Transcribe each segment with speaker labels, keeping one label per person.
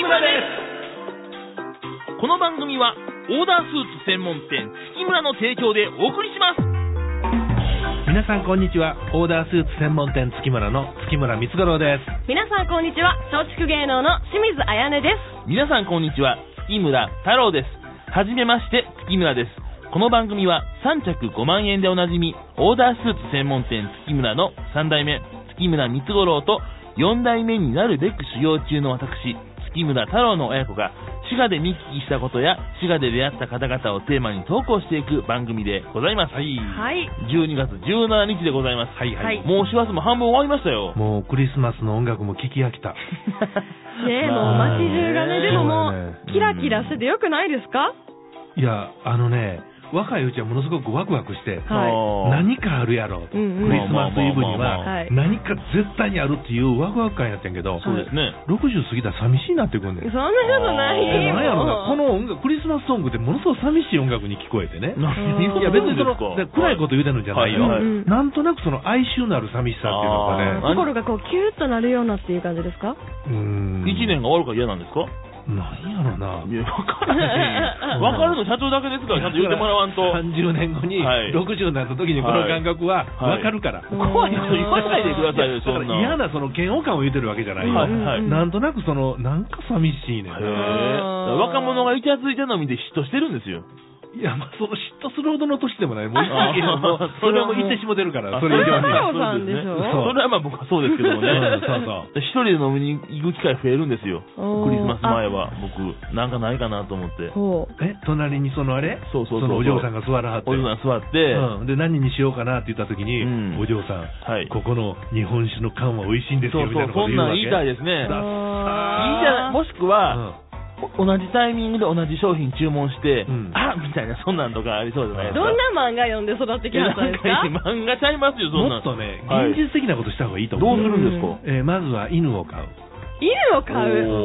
Speaker 1: 村ですこの番組はオーダースーツ専門店月村の提供でお送りします
Speaker 2: 皆さんこんにちはオーダースーツ専門店月村の月村光五郎です
Speaker 3: 皆さんこんにちは松竹芸能の清水彩音です
Speaker 1: 皆さんこんにちは月村太郎ですはじめまして月村ですこの番組は3着5万円でおなじみオーダースーツ専門店月村の3代目月村光五郎と4代目になるべく修行中の私月村太郎の親子が滋賀で見聞きしたことや滋賀で出会った方々をテーマに投稿していく番組でございます、
Speaker 2: はい
Speaker 3: はい
Speaker 1: 12月17日でございます、
Speaker 2: はいは
Speaker 3: はい
Speaker 2: い
Speaker 1: もう師走も半分終わりましたよ
Speaker 2: もうクリスマスの音楽も聴き飽 きた
Speaker 3: ねえもう
Speaker 2: まあ
Speaker 3: 街中がね
Speaker 1: ね
Speaker 3: でもも
Speaker 2: そう
Speaker 3: うキラキラしててよくないですか
Speaker 2: いやあのね若いうちはものすごくワクワクして
Speaker 3: は
Speaker 2: 何かあるやろ
Speaker 3: う
Speaker 2: と、
Speaker 3: んうん
Speaker 2: クリスマスイブ
Speaker 1: まあま
Speaker 2: に
Speaker 1: あまあ
Speaker 3: まあまあは
Speaker 2: はい何か絶対にあるっていうワクワク感やったんやけど、
Speaker 1: そうですね、
Speaker 2: 60過ぎたら寂しいなってくんね
Speaker 3: いそ
Speaker 2: ん
Speaker 3: んなことな
Speaker 1: え
Speaker 3: い
Speaker 1: ー
Speaker 3: よ
Speaker 2: なんやろなこの音楽クリスマスソングってものすごく寂しい音楽に聞こえてね
Speaker 3: 何
Speaker 2: いや別にその
Speaker 1: そうですか
Speaker 2: 暗いこと言うてるんじゃないよ、
Speaker 1: はい
Speaker 3: はいうん
Speaker 2: なんとなくその哀愁のある寂しさっていうのがね
Speaker 1: あー
Speaker 3: 心がこうキューッとなるようなっていう感じですか
Speaker 2: うーん
Speaker 1: 1年が終わるから嫌なんですか
Speaker 2: なんやろない
Speaker 1: や、わからへん。わかるの社長だけですから、ちゃんと言ってもらわんと。
Speaker 2: 30年後に
Speaker 1: はい
Speaker 2: 60になった時にこの感覚は
Speaker 1: はい
Speaker 2: 分かるから、
Speaker 1: 怖いこと言わないでくださいよ、
Speaker 2: だ
Speaker 1: そ
Speaker 2: か
Speaker 1: んな
Speaker 2: ら。嫌なその嫌悪感を言ってるわけじゃないよ、
Speaker 1: はい
Speaker 3: うん
Speaker 1: はい。へ
Speaker 3: うん
Speaker 2: なんとなくそのなんか寂しいね、
Speaker 1: え。若者がイチャついてるのを見て嫉妬してるんですよ。
Speaker 2: いやまあその嫉妬するほどの年でもないもう一
Speaker 1: あ
Speaker 2: 回 もうそれはもう言ってしもてるからそれ以上に
Speaker 3: は太郎さんでし
Speaker 1: そ
Speaker 3: ょ
Speaker 1: うそれはまあ僕は そうですけどもね
Speaker 2: うんそう。
Speaker 1: 一人で飲みに行く機会増えるんですよ。
Speaker 3: お
Speaker 1: ク
Speaker 3: ー
Speaker 1: リスマス前は、僕、なんかないかなと思って。
Speaker 3: ほう
Speaker 2: え隣にそのあれ
Speaker 1: そうそうそうそう
Speaker 2: のお嬢さんが座らはって
Speaker 1: おじさん座って、
Speaker 2: うん、で何にしようかなって言った時に、
Speaker 1: うん
Speaker 2: お嬢さん、
Speaker 1: はい
Speaker 2: ここの日本酒の缶は美味しいんです
Speaker 1: そ
Speaker 2: よ
Speaker 1: う
Speaker 2: み
Speaker 1: そ
Speaker 2: たいうな、こと
Speaker 1: そん
Speaker 2: 言う
Speaker 1: な
Speaker 2: わ
Speaker 1: ん
Speaker 2: け
Speaker 1: 言いたいですね。いいじ
Speaker 2: だ
Speaker 1: ゃない。もしくは、
Speaker 2: う
Speaker 1: 同じタイミングで同じ商品注文して、
Speaker 2: うん
Speaker 1: あみたいな、そんなんとかありそうじゃないですか。
Speaker 3: どんな漫画読んで育ってき
Speaker 1: いや
Speaker 3: ま
Speaker 1: な
Speaker 3: したん
Speaker 1: ん
Speaker 3: です
Speaker 1: か
Speaker 3: か
Speaker 1: 漫画ちゃいますよ、そ
Speaker 2: ん
Speaker 1: んな
Speaker 2: もっ
Speaker 1: ん。
Speaker 2: とね
Speaker 1: はい
Speaker 2: 現実的なことした方がいいと
Speaker 1: ど
Speaker 2: 思
Speaker 1: う
Speaker 2: う
Speaker 1: す
Speaker 2: よ、
Speaker 1: るんですか、
Speaker 2: えーまずは犬を飼う
Speaker 3: 犬を飼う
Speaker 1: お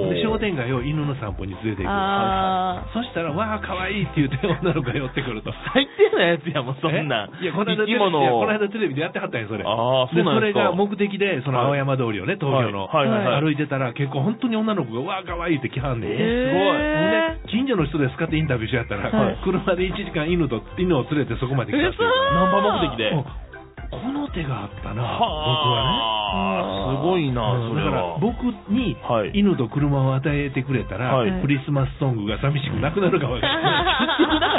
Speaker 1: ー
Speaker 2: で商店街を犬の散歩に連れて行く
Speaker 3: あ
Speaker 2: そしたらわあ可愛いって言って女の子が寄ってくると
Speaker 1: 最低なやつやもん、 そんなん。
Speaker 2: えいやこの間
Speaker 1: 生
Speaker 2: テレビ
Speaker 1: き
Speaker 2: いやこ
Speaker 1: 物を
Speaker 2: の。間テレビでやってはったんやそれ
Speaker 1: ああ、そうなんです
Speaker 2: それが
Speaker 1: か。
Speaker 2: 目的でその青山通りをね東京の、
Speaker 1: はいはいはい
Speaker 2: 歩いてたら結構本当に女の子がわあ可愛いって来はんねん
Speaker 1: えーすごい
Speaker 3: へ
Speaker 2: 近所の人ですかってインタビューしやったら、
Speaker 3: はい
Speaker 2: 車で1時間犬と犬を連れてそこまで来たっていう
Speaker 3: 嘘
Speaker 1: ナンバー目的で。
Speaker 2: うんこの手があったな、僕はね。
Speaker 1: はあ、すごいな、
Speaker 2: うん
Speaker 1: そ
Speaker 2: だ
Speaker 1: れ
Speaker 2: から
Speaker 1: は。
Speaker 2: 僕 に
Speaker 1: はい
Speaker 2: 犬と車を与えてくれたら、
Speaker 1: はい
Speaker 2: クリスマスソングが寂しくなくなるかもしれない。
Speaker 1: だ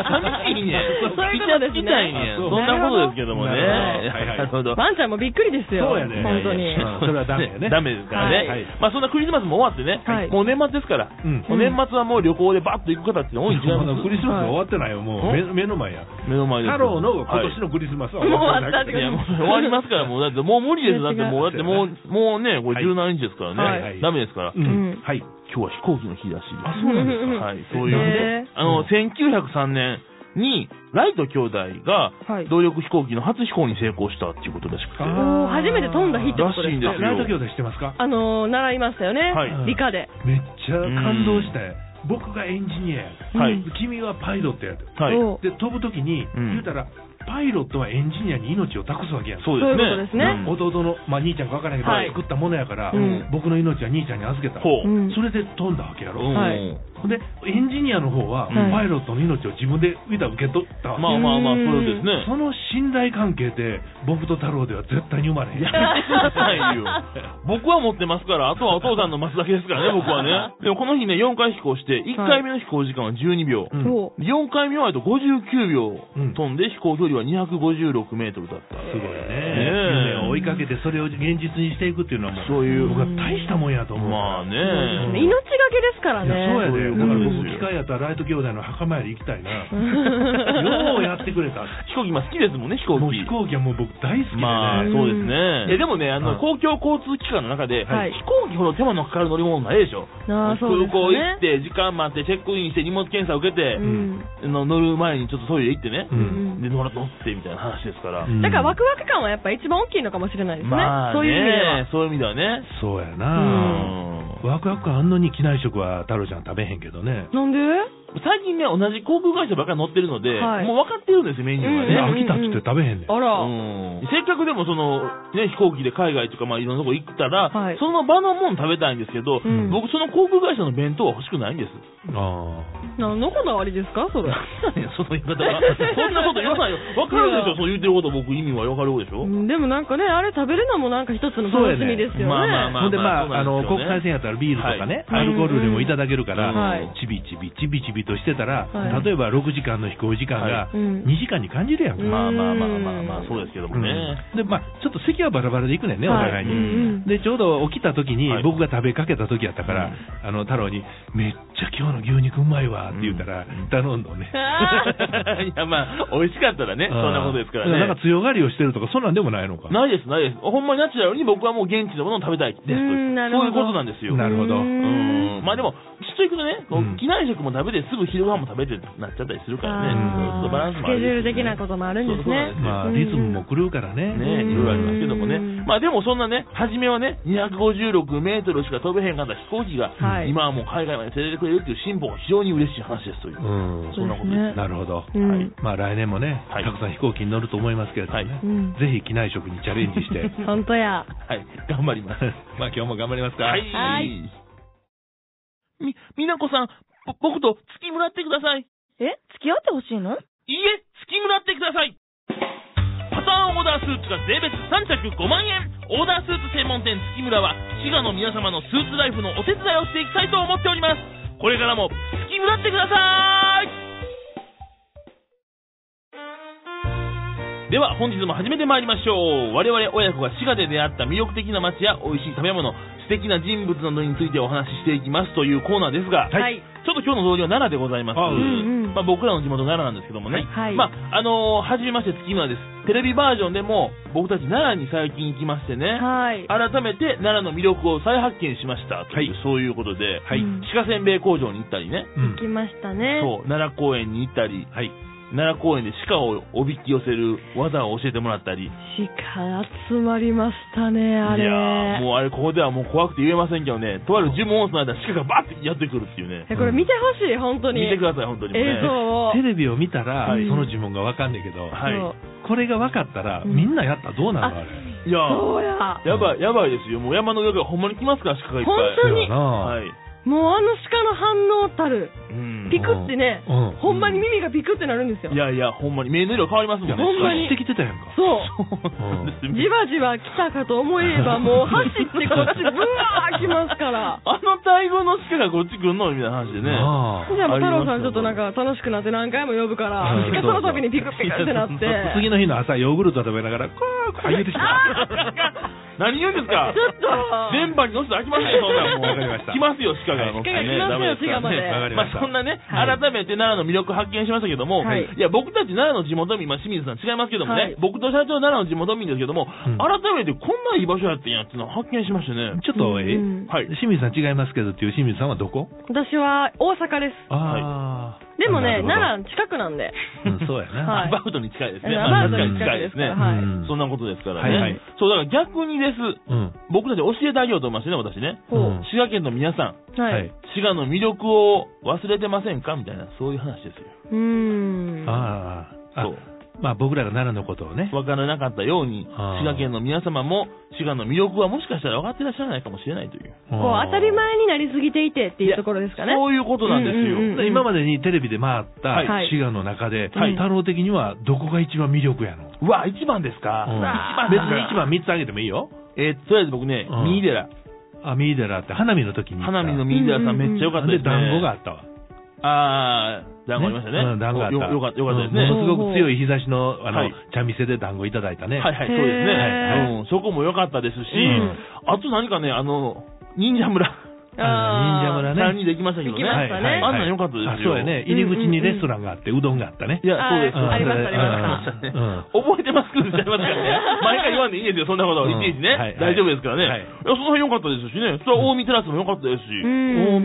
Speaker 1: から寂しいねん。
Speaker 3: そういうことですね
Speaker 1: 痛いねん。
Speaker 2: そう
Speaker 1: そんなことですけどもね。
Speaker 2: なるほ
Speaker 1: ど
Speaker 3: ーワンちゃんもびっくりですよ
Speaker 2: そうやね
Speaker 3: 本当に
Speaker 2: いやいやうんそれはダメよね
Speaker 1: ダメですからね。
Speaker 2: はい
Speaker 1: まあそんなクリスマスも終わってね、
Speaker 3: はい
Speaker 1: もう年末ですから、
Speaker 2: うん
Speaker 1: もう年末はもう旅行でバッと行く方 って多いん違い
Speaker 2: ま
Speaker 1: ま
Speaker 2: だ
Speaker 1: す
Speaker 2: クリスマスは終わってないよ、もう目目の前や。
Speaker 1: 目の前です。
Speaker 2: 太郎の今
Speaker 1: はい
Speaker 2: 年のクリスマスは終わって
Speaker 3: も
Speaker 2: ない
Speaker 3: う終わったって
Speaker 1: いや、もう終わりますから、もう、だって、もう無理ですよ。だって、もう、だって、もう、もうね、これ17日ですからね。
Speaker 2: はいはい
Speaker 1: ダメですから。
Speaker 2: う
Speaker 3: うん
Speaker 2: ん、はい。
Speaker 1: 今日は飛行機の日だし。
Speaker 2: あ、そうなんですか。
Speaker 1: はい、そういう
Speaker 3: へ
Speaker 1: ね。あの、
Speaker 2: うん
Speaker 1: 1903年に、ライト兄弟が
Speaker 3: はい、
Speaker 1: 動力飛行機の初飛行に成功したっていうことらしくて。
Speaker 2: あ
Speaker 3: おー初めて飛んだ日ってことで
Speaker 1: らしいん
Speaker 3: す
Speaker 1: で
Speaker 3: か
Speaker 1: すよ
Speaker 2: ライト兄弟知ってますか
Speaker 3: あのー習いましたよね
Speaker 1: はい
Speaker 3: 理科で
Speaker 2: めっちゃ感動したよ。僕がエンジニアや。
Speaker 1: は
Speaker 3: う
Speaker 1: い
Speaker 3: ん。
Speaker 2: 君はパイロットやと。
Speaker 1: はい。
Speaker 3: お
Speaker 2: で飛ぶときに、
Speaker 1: うん
Speaker 2: 言うたらパイロットはエンジニアに命を託すわけやん
Speaker 1: そうですね。
Speaker 3: そういうことですね
Speaker 1: ん
Speaker 2: 弟の、まあ、兄ちゃんか分からんけど、
Speaker 3: はい
Speaker 2: 作ったものやから、
Speaker 3: うん
Speaker 2: 僕の命は兄ちゃんに預けた、
Speaker 1: ほう
Speaker 3: うん
Speaker 2: それで飛んだわけやろ、
Speaker 1: うん
Speaker 3: はい
Speaker 2: ほんでエンジニアの方は、
Speaker 3: はい
Speaker 2: パイロットの命を自分で言うたら受け取ったわけ、
Speaker 1: まあまあまあ、
Speaker 3: う
Speaker 1: そ
Speaker 3: ん
Speaker 1: うですね。
Speaker 2: その信頼関係で僕と太郎では絶対に生まれへん
Speaker 1: やめてくださいよ。 僕は持ってますから、あとはお父さんの松だけですからね、僕はね。でもこの日ね、4回飛行して、1回目の飛行時間は12秒。
Speaker 2: うん
Speaker 3: そう
Speaker 1: 4回目はあと59秒
Speaker 2: うん
Speaker 1: 飛んで、飛行距離は256メートルだった。
Speaker 2: すごいね
Speaker 1: ねえ
Speaker 2: 夢を追いかけてそれを現実にしていくっていうのはもう
Speaker 1: そういう
Speaker 2: 僕は大したもんやと思う
Speaker 1: まあね。
Speaker 3: 命が
Speaker 2: ん
Speaker 3: けですから
Speaker 2: いやそう
Speaker 3: ね
Speaker 2: や
Speaker 1: そういう
Speaker 2: で
Speaker 1: こ
Speaker 2: だか
Speaker 1: と
Speaker 2: ら
Speaker 1: ですよ
Speaker 2: 僕機会やったらライト兄弟の墓参り行きた いなようやってくれた
Speaker 1: 飛行機、まあ好きですもんね、飛行
Speaker 2: もう
Speaker 1: 機。
Speaker 2: 飛行機はもう僕大好きでね、
Speaker 1: まあ、そうですね。
Speaker 2: うん
Speaker 1: えでもね、あ
Speaker 2: う
Speaker 1: の、
Speaker 2: ん
Speaker 1: 公共交通機関の中で、
Speaker 3: はい
Speaker 1: 飛行機ほど手間のかかる乗り物ないでしょ。
Speaker 3: あーそう
Speaker 1: 空
Speaker 3: ですね
Speaker 1: 港行って、時間待って、チェックインして、荷物検査受けて
Speaker 3: う、ん
Speaker 1: の乗る前にちょっとトイレ行ってね、
Speaker 2: う
Speaker 3: うん
Speaker 1: で、乗ら乗ってみたいな話ですから。
Speaker 2: うん
Speaker 3: だからワクワク感はやっぱ一番大きいのかもしれないですね
Speaker 1: まあ、
Speaker 3: そういう意味では
Speaker 1: ねそういう意味ではね。
Speaker 2: そうや
Speaker 1: う
Speaker 2: な、
Speaker 1: ん
Speaker 2: ワクワク感あんのに機内食は太郎ちゃん食べへんけどね
Speaker 3: なんで
Speaker 1: 最近ね、同じ航空会社ばっかり乗ってるので、
Speaker 3: はい
Speaker 1: もう分かってるんですよ、メニューは
Speaker 3: うんうんう
Speaker 1: ね。
Speaker 3: ん
Speaker 2: 飽きたっつって食べへんねん。
Speaker 3: あら、
Speaker 1: うんせっかくでもその、ね、飛行機で海外とか、まあ、いろんなとこ行ったら、
Speaker 3: はい
Speaker 1: その場のもん食べたいんですけど、
Speaker 3: うん
Speaker 1: 僕その航空会社の弁当は欲しくないんです。
Speaker 2: あ
Speaker 3: 何のこだわりですかそれ。
Speaker 1: なんやねんその言い方は。そんなこと言わないよ。わかるでしょ、そう言ってること僕意味はわかるでしょ。
Speaker 3: うんでもなんかね、あれ食べるのもなんか一つの楽しみですよね。
Speaker 1: まあまあまあ
Speaker 2: あほんでま
Speaker 1: まあ
Speaker 2: あ、あの、
Speaker 1: そう
Speaker 2: 国
Speaker 1: なん
Speaker 2: 際
Speaker 1: です
Speaker 2: 線やったらビールとかね、
Speaker 1: はい
Speaker 2: アルコール類もいただけるか
Speaker 1: は
Speaker 2: ら
Speaker 1: い、
Speaker 2: ちびちびちびちびとしてたら
Speaker 3: は、い
Speaker 2: 例えば6時間の飛行時間
Speaker 1: は
Speaker 2: が
Speaker 3: うん
Speaker 2: 2時間に感じるやんか。
Speaker 1: まあまあまあまあまあ、そうですけどもね。
Speaker 2: うんで、まあ、ちょっと席はバラバラで行くねんね、お
Speaker 3: はい
Speaker 2: 互い
Speaker 1: うん
Speaker 2: に。で、ちょうど起きた時に
Speaker 1: はい、
Speaker 2: 僕が食べかけた時やったから、
Speaker 1: うん
Speaker 2: あの、太郎に、めっちゃ今日の牛肉うまいわって言ったら、
Speaker 1: うん
Speaker 2: 頼んどんね。
Speaker 3: あー
Speaker 1: いやまあ、美味しかったらね、そんなことですからね。
Speaker 2: なんか強がりをしてるとか、そんなんでもないのか。
Speaker 1: ないです、ないです。ほんまにナチュラルに僕はもう現地のものを食べたいですと。そううん
Speaker 3: なるほど
Speaker 1: いうこと なんですよ。
Speaker 2: なるほど
Speaker 3: う
Speaker 1: うんんまあでも、ちっちゃいくとね、こ
Speaker 2: うん
Speaker 1: う機内食も食べて、すぐ昼ご飯も食べてなっちゃったりするからね、そ
Speaker 2: あー
Speaker 1: ういうバランス
Speaker 3: ス
Speaker 1: もあ
Speaker 3: ケ
Speaker 1: る
Speaker 3: ジュール的な
Speaker 1: と
Speaker 3: こともあるんで
Speaker 1: そ
Speaker 3: す
Speaker 1: うそうなん
Speaker 3: ね
Speaker 1: で。
Speaker 2: まあ、
Speaker 3: うん
Speaker 2: リズムも狂うからね。
Speaker 1: ね、
Speaker 3: うん
Speaker 1: いろいろありますけどもね
Speaker 3: うん。
Speaker 1: まあでもそんなね、初めはね、256メートルしか飛べへんかった飛行機が、
Speaker 3: はい
Speaker 1: 今はもう海外まで連れてくれるっていう進歩が非常に嬉しい話ですという
Speaker 2: う。ん。
Speaker 1: そんなことです
Speaker 3: ね
Speaker 2: なるほど。
Speaker 3: うん
Speaker 1: はい
Speaker 2: まあ、来年もね、
Speaker 1: はい
Speaker 2: たくさん飛行機に乗ると思いますけれどもね、
Speaker 1: はい
Speaker 3: うん
Speaker 2: ぜひ機内食にチャレンジして。
Speaker 3: 本当や。
Speaker 1: はい、頑張ります。
Speaker 2: まあ、今日も頑張りますか。
Speaker 1: はい。
Speaker 3: はい
Speaker 1: み、みなこさん、ぼ僕と月村ってください。
Speaker 4: え付き合ってほしいの
Speaker 1: いいえ、月村ってください。パターンオーダースーツが税別3着5万円。オーダースーツ専門店月村は、滋賀の皆様のスーツライフのお手伝いをしていきたいと思っております。これからも月村ってください。では本日も始めてまいりましょう。我々親子が滋賀で出会った魅力的な街や美味しい食べ物、素敵な人物などについてお話ししていきますというコーナーですが、
Speaker 3: はい。
Speaker 1: ちょっと今日の同僚は奈良でございます。
Speaker 2: あうん
Speaker 3: うん
Speaker 1: まあ、僕らの地元奈良なんですけどもね。
Speaker 3: はい
Speaker 1: まあ、あのー、はじめまして、月村です。テレビバージョンでも、僕たち奈良に最近行きましてね、
Speaker 3: はい。
Speaker 1: 改めて奈良の魅力を再発見しました。という、
Speaker 2: は
Speaker 1: そういうことで、
Speaker 2: はい。
Speaker 3: うん
Speaker 1: 鹿せんべい工場に行ったりね、
Speaker 2: うん
Speaker 3: 来ましたね。
Speaker 1: そう、奈良公園に行ったり、
Speaker 2: はい。
Speaker 1: 奈良公園で鹿をおびき寄せる技を教えてもらったり、
Speaker 3: 鹿集まりましたね、あれ。
Speaker 1: いやーもうあれ、ここではもう怖くて言えませんけどね、とある呪文を唱えた鹿がバッてやってくるっていうね、
Speaker 3: えこれ見てほしい、本当に。
Speaker 1: 見てください、本当にもね
Speaker 3: 映。像を。
Speaker 2: テレビを見たら、
Speaker 3: はい
Speaker 2: その呪文がわかんないけど、
Speaker 1: はい
Speaker 3: そう
Speaker 2: これが分かったら、
Speaker 3: うん
Speaker 2: みんなやったらどうなるのあれ。
Speaker 1: いやー
Speaker 3: そうや。
Speaker 1: やばい、やばいですよ。もう山の上からほんまに来ますから、鹿がいっぱい。
Speaker 3: 本当に
Speaker 2: そうやな、
Speaker 1: はい。
Speaker 3: もうあの鹿の反応たる。
Speaker 1: うん
Speaker 3: ピクってね、
Speaker 2: うん
Speaker 3: ほんまに耳がピクってなるんですよ。
Speaker 1: いやいや、ほんまに。目の色変わりますもんね。
Speaker 3: ほんまに
Speaker 2: 走ってきてたやんか。
Speaker 3: そう。
Speaker 1: そうです
Speaker 3: じわじわ来たかと思 えば、もう走ってこっち、ブワー来ますから。
Speaker 1: あの大群の鹿がこっち来るのみたいな話でね。
Speaker 2: なあ
Speaker 3: じゃあもう
Speaker 1: ありま
Speaker 3: 太
Speaker 1: した
Speaker 3: 郎さんちょっとなんか楽しくなって何回も呼ぶから
Speaker 2: うん、
Speaker 3: しかその度にピクピクってなって。
Speaker 2: 次の日の朝、ヨーグルト食べながら、こーこー言うてきた。
Speaker 1: 何言うんですか
Speaker 3: ちょっと。
Speaker 1: 電波に乗せて飽きませんよ、そんなんもう。
Speaker 2: わかりました
Speaker 1: 来ますよ、鹿が乗ってね。
Speaker 3: 鹿が来ますよ
Speaker 1: ダメですからね
Speaker 3: 滋賀までわ
Speaker 2: かりま
Speaker 1: ま
Speaker 2: し
Speaker 1: あ
Speaker 2: た
Speaker 1: そんなね、
Speaker 3: はい
Speaker 1: 改めて奈良の魅力発見しましたけども、
Speaker 3: はい
Speaker 1: い、や、僕たち奈良の地元民、まあ清水さん違いますけども
Speaker 3: はい
Speaker 1: ね、僕と社長奈良の地元民ですけども、
Speaker 2: うん
Speaker 1: 改めてこんないい場所やってんやっていうのを発見しましたね。
Speaker 2: ちょっと、え
Speaker 3: うん
Speaker 1: はい。
Speaker 2: 清水さん違いますけどっていう清水さんはどこ
Speaker 3: 私は大阪です。
Speaker 2: ああ。
Speaker 3: でもね、
Speaker 2: なる
Speaker 3: 奈良近くなんで。
Speaker 2: ほどうんそうや な。
Speaker 3: はい
Speaker 1: アバウトに近いですね。
Speaker 3: アバ
Speaker 2: ウトに
Speaker 1: 近いですね。
Speaker 3: はい
Speaker 2: うん
Speaker 1: そんなことですから
Speaker 2: はいはい
Speaker 1: ね。そう、だから逆にです。
Speaker 2: うん。
Speaker 1: 僕たち教えてあげようと思いましてね、私ね。
Speaker 3: ほう。
Speaker 2: うん
Speaker 1: 滋賀県の皆さん、
Speaker 3: は。
Speaker 2: はいい。
Speaker 1: 滋賀の魅力を忘れてませんかみたいな、そういう話ですよ。
Speaker 3: うーん。
Speaker 2: ああ。あ
Speaker 1: そ
Speaker 2: まあ僕らが奈良のことをね
Speaker 1: う。。わからなかったように、
Speaker 2: あー
Speaker 1: 滋賀県の皆様も、滋賀の魅力はもしかしたら分かってらっしゃらないかもしれないという。
Speaker 3: こう当たり前になりすぎていてっていうところですかね。
Speaker 1: そういうことなんです
Speaker 3: うんうんうん
Speaker 1: よ。
Speaker 2: で今までにテレビで回っ
Speaker 3: は
Speaker 2: た
Speaker 3: い
Speaker 2: 滋賀の中で、
Speaker 1: はい
Speaker 2: 太郎的にはどこが一番魅力やの、
Speaker 1: うわ、一番ですか。
Speaker 2: うん
Speaker 3: わ
Speaker 1: 一
Speaker 2: 別
Speaker 1: 番
Speaker 2: に
Speaker 1: です
Speaker 2: 一
Speaker 1: か。
Speaker 2: 番3つあげてもいいよ。
Speaker 1: えーとりあえず僕ね、
Speaker 2: うん
Speaker 1: 三井寺。
Speaker 2: あ、ミイデラって花見の時に行った。
Speaker 1: 花見の三井寺さんめっちゃ良かったで
Speaker 2: です
Speaker 1: ね。
Speaker 2: 団子があったわ。
Speaker 1: あー、団子ありましたね。
Speaker 2: うん団子あった。
Speaker 1: よよかった、よかったですね。
Speaker 2: うんものすごく強い日差しの、あの、
Speaker 1: はい
Speaker 2: 茶店で団子いただいたね。
Speaker 1: はいはい、そ
Speaker 3: へー
Speaker 1: うですね。うん、そこも良かったですし、
Speaker 2: ん
Speaker 1: あと何かね、あの、忍者村、
Speaker 2: あの
Speaker 3: あ
Speaker 2: 忍者村ね。
Speaker 1: 3人で行きましたけどね。
Speaker 3: 行きました
Speaker 1: はい
Speaker 3: ね
Speaker 1: あんなん良かったですよ。
Speaker 2: あそうやね。入り口にレストランがあって、うどんがあったね。
Speaker 1: いや、そうです。う
Speaker 3: あーあ
Speaker 1: ん
Speaker 3: りましたありま
Speaker 1: した
Speaker 2: うんう
Speaker 1: 覚
Speaker 2: ん
Speaker 1: えてますくんちゃいますからね。毎回言わんでいいんですよ、そんなことは。
Speaker 2: う
Speaker 1: い
Speaker 2: ん
Speaker 1: ちいち
Speaker 2: は
Speaker 1: ね
Speaker 2: い。
Speaker 1: 大丈夫ですからね。
Speaker 2: はい
Speaker 1: いや、その辺良かったですしね。それは大見テラスも良かったですし。
Speaker 3: う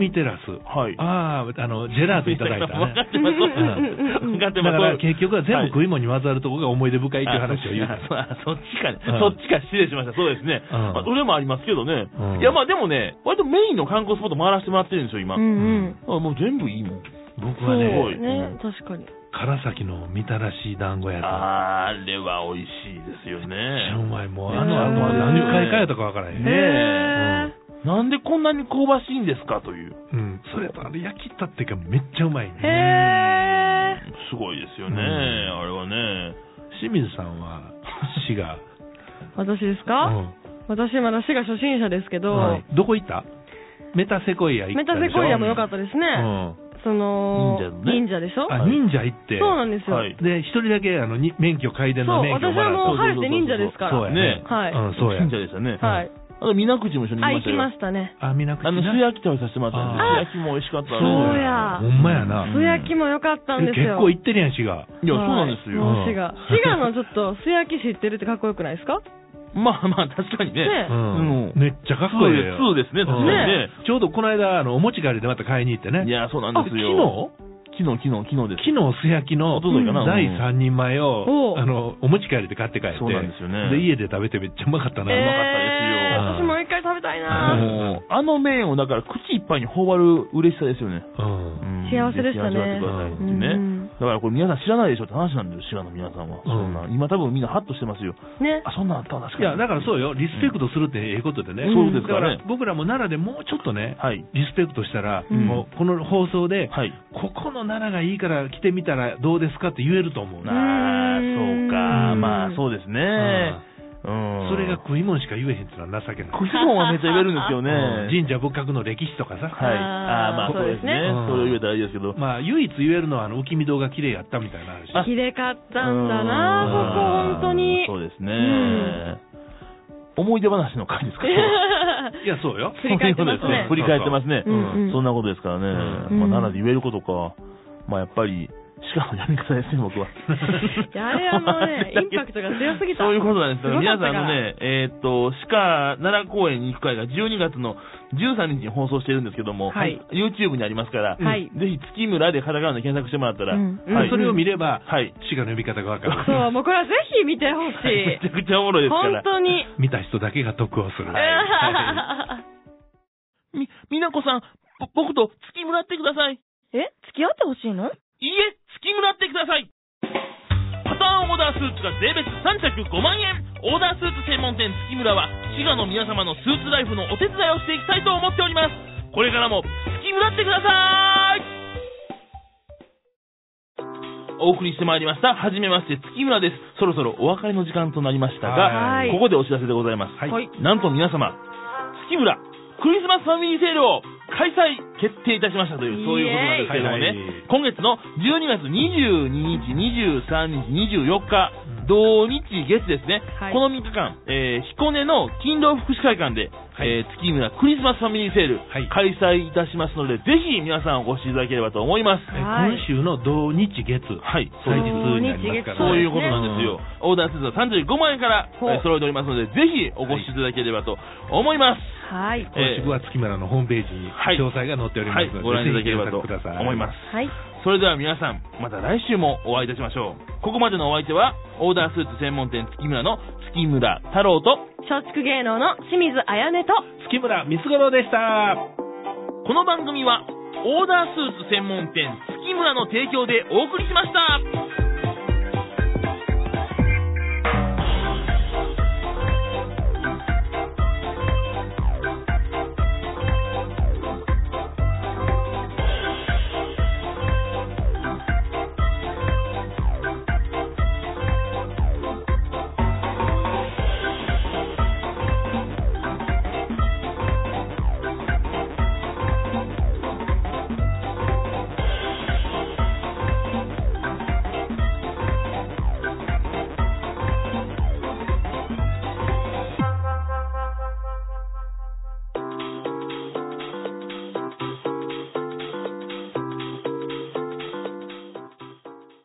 Speaker 3: ん
Speaker 2: 大見テラス。
Speaker 1: はい
Speaker 2: ああ、あの、ジェラートいただいた
Speaker 1: 分か
Speaker 2: ね。
Speaker 1: ってます。分かって
Speaker 2: だか
Speaker 1: ます。
Speaker 2: ら結局は全部食
Speaker 1: い
Speaker 2: い物に混ざるとこが思い出深いっていう話を言う。
Speaker 1: あそっちかね。
Speaker 2: うん
Speaker 1: そっちか、失礼しました。そうですね。
Speaker 2: うん
Speaker 1: まあどれもありますけどね
Speaker 2: う。ん
Speaker 1: いや、まあでもね、割とメインの観光スポット回らせてもらってるんですよ、今
Speaker 3: う。んうん。
Speaker 1: あ、もう全部いいもん。
Speaker 2: 僕
Speaker 3: そ
Speaker 2: は
Speaker 3: う
Speaker 2: ね、
Speaker 3: ね、確かに。
Speaker 2: 唐崎のみたらし団子屋さん。
Speaker 1: あれは美味しいですよ
Speaker 2: めっちゃう
Speaker 1: ね。
Speaker 2: まい。もう、あの後は何回かやったかわからへん。
Speaker 1: ね
Speaker 3: へ
Speaker 1: なんでこんなに香ばしいんですかという。
Speaker 2: うん。それとあれ焼きったっていうかめっちゃうまいね。
Speaker 3: え。へえ。
Speaker 1: すごいですよね、
Speaker 2: うん
Speaker 1: あれはね。
Speaker 2: 清水さんは、市が、
Speaker 3: 私です
Speaker 2: う
Speaker 3: か
Speaker 2: ん
Speaker 3: 私まだ市が初心者ですけ
Speaker 2: は
Speaker 3: ど
Speaker 2: い、どこ行ったメタセコイア行
Speaker 3: メ
Speaker 2: っ
Speaker 3: タ
Speaker 2: たでしょ
Speaker 3: セコイアも良かったです
Speaker 2: う
Speaker 3: ね。
Speaker 2: ん。
Speaker 3: その
Speaker 1: 忍者の、ね
Speaker 3: 忍者でしょ
Speaker 2: あ、
Speaker 1: はい
Speaker 2: 忍者行って。
Speaker 3: そうなんですよ。
Speaker 1: はい
Speaker 2: で、一人だけ、あの、に免許改
Speaker 3: そ
Speaker 2: 伝
Speaker 3: う、
Speaker 2: の免許を
Speaker 3: 私
Speaker 2: もら
Speaker 3: は
Speaker 2: った
Speaker 3: もう晴
Speaker 1: そうそうそうそう
Speaker 3: れて忍者ですか
Speaker 2: そう
Speaker 3: ら。
Speaker 2: や
Speaker 1: ね
Speaker 2: ね。
Speaker 3: はい
Speaker 2: うん、そうや。
Speaker 1: 信者でしたね。
Speaker 3: はい。
Speaker 1: あと、水口も一緒に
Speaker 3: あ、
Speaker 1: 行
Speaker 3: 行
Speaker 1: き
Speaker 3: き
Speaker 1: ま
Speaker 3: ま
Speaker 1: し
Speaker 3: したね。
Speaker 2: あ、水口
Speaker 1: たよ。あの、素焼き食べさせてもらったんです
Speaker 2: あ
Speaker 1: よ。素
Speaker 2: ー
Speaker 1: 焼きも美味しかった
Speaker 2: そう
Speaker 3: そう
Speaker 1: ね。
Speaker 3: や
Speaker 2: ほんまやな。
Speaker 1: うん
Speaker 3: 素焼きも良かったんです
Speaker 2: 結
Speaker 3: よ。
Speaker 2: 構行ってるやん、市が。
Speaker 1: いや、そうなんですよ。
Speaker 3: はいもう滋賀。滋賀のちょっと、素焼き知ってるってかっこよくないですか
Speaker 1: まあまあ、確かにね。
Speaker 3: ね
Speaker 2: う
Speaker 1: うんん。
Speaker 2: めっちゃかっこいいよ。
Speaker 1: そうですそうですね確
Speaker 3: かにね
Speaker 2: うんちょうどこの間、あの、お持ち帰りでまた買いに行ってね。
Speaker 1: いや、そうなん
Speaker 2: あ、
Speaker 1: です
Speaker 2: 昨日
Speaker 1: よ。昨日、昨日、昨日です。
Speaker 2: 昨日、素焼きの
Speaker 1: おとといかな
Speaker 2: 第
Speaker 1: うん
Speaker 2: 3人前を、
Speaker 3: おう
Speaker 2: あの、お持ち帰りで買って帰って。
Speaker 1: そうなんですよね
Speaker 2: で、家で食べてめっちゃうまかったな。
Speaker 1: う
Speaker 3: え
Speaker 2: まかったで
Speaker 3: ー
Speaker 2: すよ
Speaker 3: 私もう一回食べたい
Speaker 1: あ
Speaker 3: な
Speaker 1: のあの麺をだから口いっぱいに頬張る嬉しさですよね。
Speaker 2: うん。
Speaker 1: うん
Speaker 3: 幸せでしたね
Speaker 1: ぜひ味わってくださいってね
Speaker 3: うん
Speaker 1: だからこれ皆さん知らないでしょって話なんですよ、滋賀の皆さんは。そんな今多分みんなハッとしてますよ。
Speaker 3: ね。
Speaker 1: あ、そんなんあった確かに。
Speaker 2: いや、だからそうよ、リスペクトするってええことでね、
Speaker 1: うんそうですからね
Speaker 2: だから僕らも奈良でもうちょっとね、
Speaker 1: はい。
Speaker 2: リスペクトしたら、
Speaker 1: うん
Speaker 2: もうこの放送で、
Speaker 1: はい。
Speaker 2: ここの奈良がいいから来てみたらどうですかって言えると思う
Speaker 1: あ
Speaker 2: な、
Speaker 1: あ
Speaker 3: う
Speaker 1: ー、そ
Speaker 3: ん
Speaker 1: うか。まあ、そうですね。うん。
Speaker 2: それが食い物しか言えへんっていうのは情けない、
Speaker 1: クションはめっちゃ言えるんです よね。
Speaker 2: うん神社仏閣の歴史とか
Speaker 1: は
Speaker 2: さ、
Speaker 1: い。ああー、まあそうですね。
Speaker 2: うん
Speaker 1: それを言えたらいいですけど。
Speaker 2: まあ、唯一言えるのはあの浮見堂が綺麗やったみたいな話、
Speaker 1: あ
Speaker 3: 綺麗かったんだ
Speaker 1: う
Speaker 3: なここ本当に。
Speaker 1: そうですね。
Speaker 3: ん
Speaker 1: 思い出話の回ですか
Speaker 2: いや、そうよ、
Speaker 3: 振り返ってますね
Speaker 1: 振り返ってますね。
Speaker 3: う
Speaker 2: うん
Speaker 3: んうん
Speaker 1: そんなことですからね。
Speaker 3: うん
Speaker 1: まあ、奈良で言えることか。まあ、やっぱり、しかもやり方ですね、僕は。
Speaker 3: いやあれはも うね、インパクトが強すぎた。
Speaker 1: そういうことなんですよ。
Speaker 3: ごか
Speaker 1: 皆
Speaker 3: った
Speaker 1: さ
Speaker 3: か
Speaker 1: んあの
Speaker 3: ら。
Speaker 1: ね、えーっと、鹿奈良公園に行く会が12月の13日に放送してるんですけども、
Speaker 3: はい
Speaker 1: YouTube にありますから、
Speaker 3: はい
Speaker 1: ぜひ月村でカタカナで検索してもらったら、
Speaker 3: うん
Speaker 2: まあ
Speaker 1: はい
Speaker 2: それを見れば、
Speaker 1: はい。
Speaker 2: 滋賀の呼び方がわかる、
Speaker 3: そう、もうこれはぜひ見てほ
Speaker 1: めち
Speaker 3: し
Speaker 1: ゃくちゃおもろい
Speaker 3: い。
Speaker 1: ですか
Speaker 3: 本
Speaker 1: ら。
Speaker 3: 当に。
Speaker 2: 見た人だけが得をする。
Speaker 1: み、みなこさん、ぼ僕と月村ってください。
Speaker 4: え付き合ってほしいの
Speaker 1: いいえ、月村ってください。パターンオーダースーツが税別3着5万円。オーダースーツ専門店月村は、滋賀の皆様のスーツライフのお手伝いをしていきたいと思っております。これからも月村ってください。お送りしてまいりました。はじめまして、月村です。そろそろお別れの時間となりましたが、
Speaker 3: はい
Speaker 1: ここでお知らせでございます。
Speaker 2: はい
Speaker 3: はい
Speaker 1: なんと皆様、月村クリスマスファミリーセールを開催決定いたしましたという、そういうことなんですけれどもね
Speaker 2: イエーイ、
Speaker 1: 今月の12月22日、23日、24日、土日月ですね、
Speaker 3: はい
Speaker 1: この3日間、えー彦根の勤労福祉会館で、
Speaker 2: はい
Speaker 1: えー月村クリスマスファミリーセール、
Speaker 2: はい
Speaker 1: 開催いたしますので、ぜひ皆さんお越しいただければと思います。
Speaker 2: え
Speaker 3: はい
Speaker 2: 今週の土日月、
Speaker 1: はい、そう
Speaker 2: 祭
Speaker 1: です
Speaker 2: 日になりますから、ね、
Speaker 1: そういうことなんですよ。オーダースーツは35万円から
Speaker 3: ほう
Speaker 1: えー揃えておりますので、ぜひお越しいただければと思います。
Speaker 3: はい。
Speaker 1: えー
Speaker 2: 詳しくは月村のホームページに
Speaker 1: はい
Speaker 2: 詳細が載っておりま
Speaker 1: はい
Speaker 2: すので、、
Speaker 1: ご覧いただければ
Speaker 2: ぜ
Speaker 1: と
Speaker 2: ひ検索ください
Speaker 1: 思います。
Speaker 4: はい。
Speaker 1: それでは皆さん、また来週もお会いいたしましょう。ここまでのお相手は、オーダースーツ専門店月村の月村太郎と、
Speaker 3: 松竹芸能の清水彩音と、
Speaker 2: 月村光五郎でした。
Speaker 1: この番組は、オーダースーツ専門店月村の提供でお送りしました。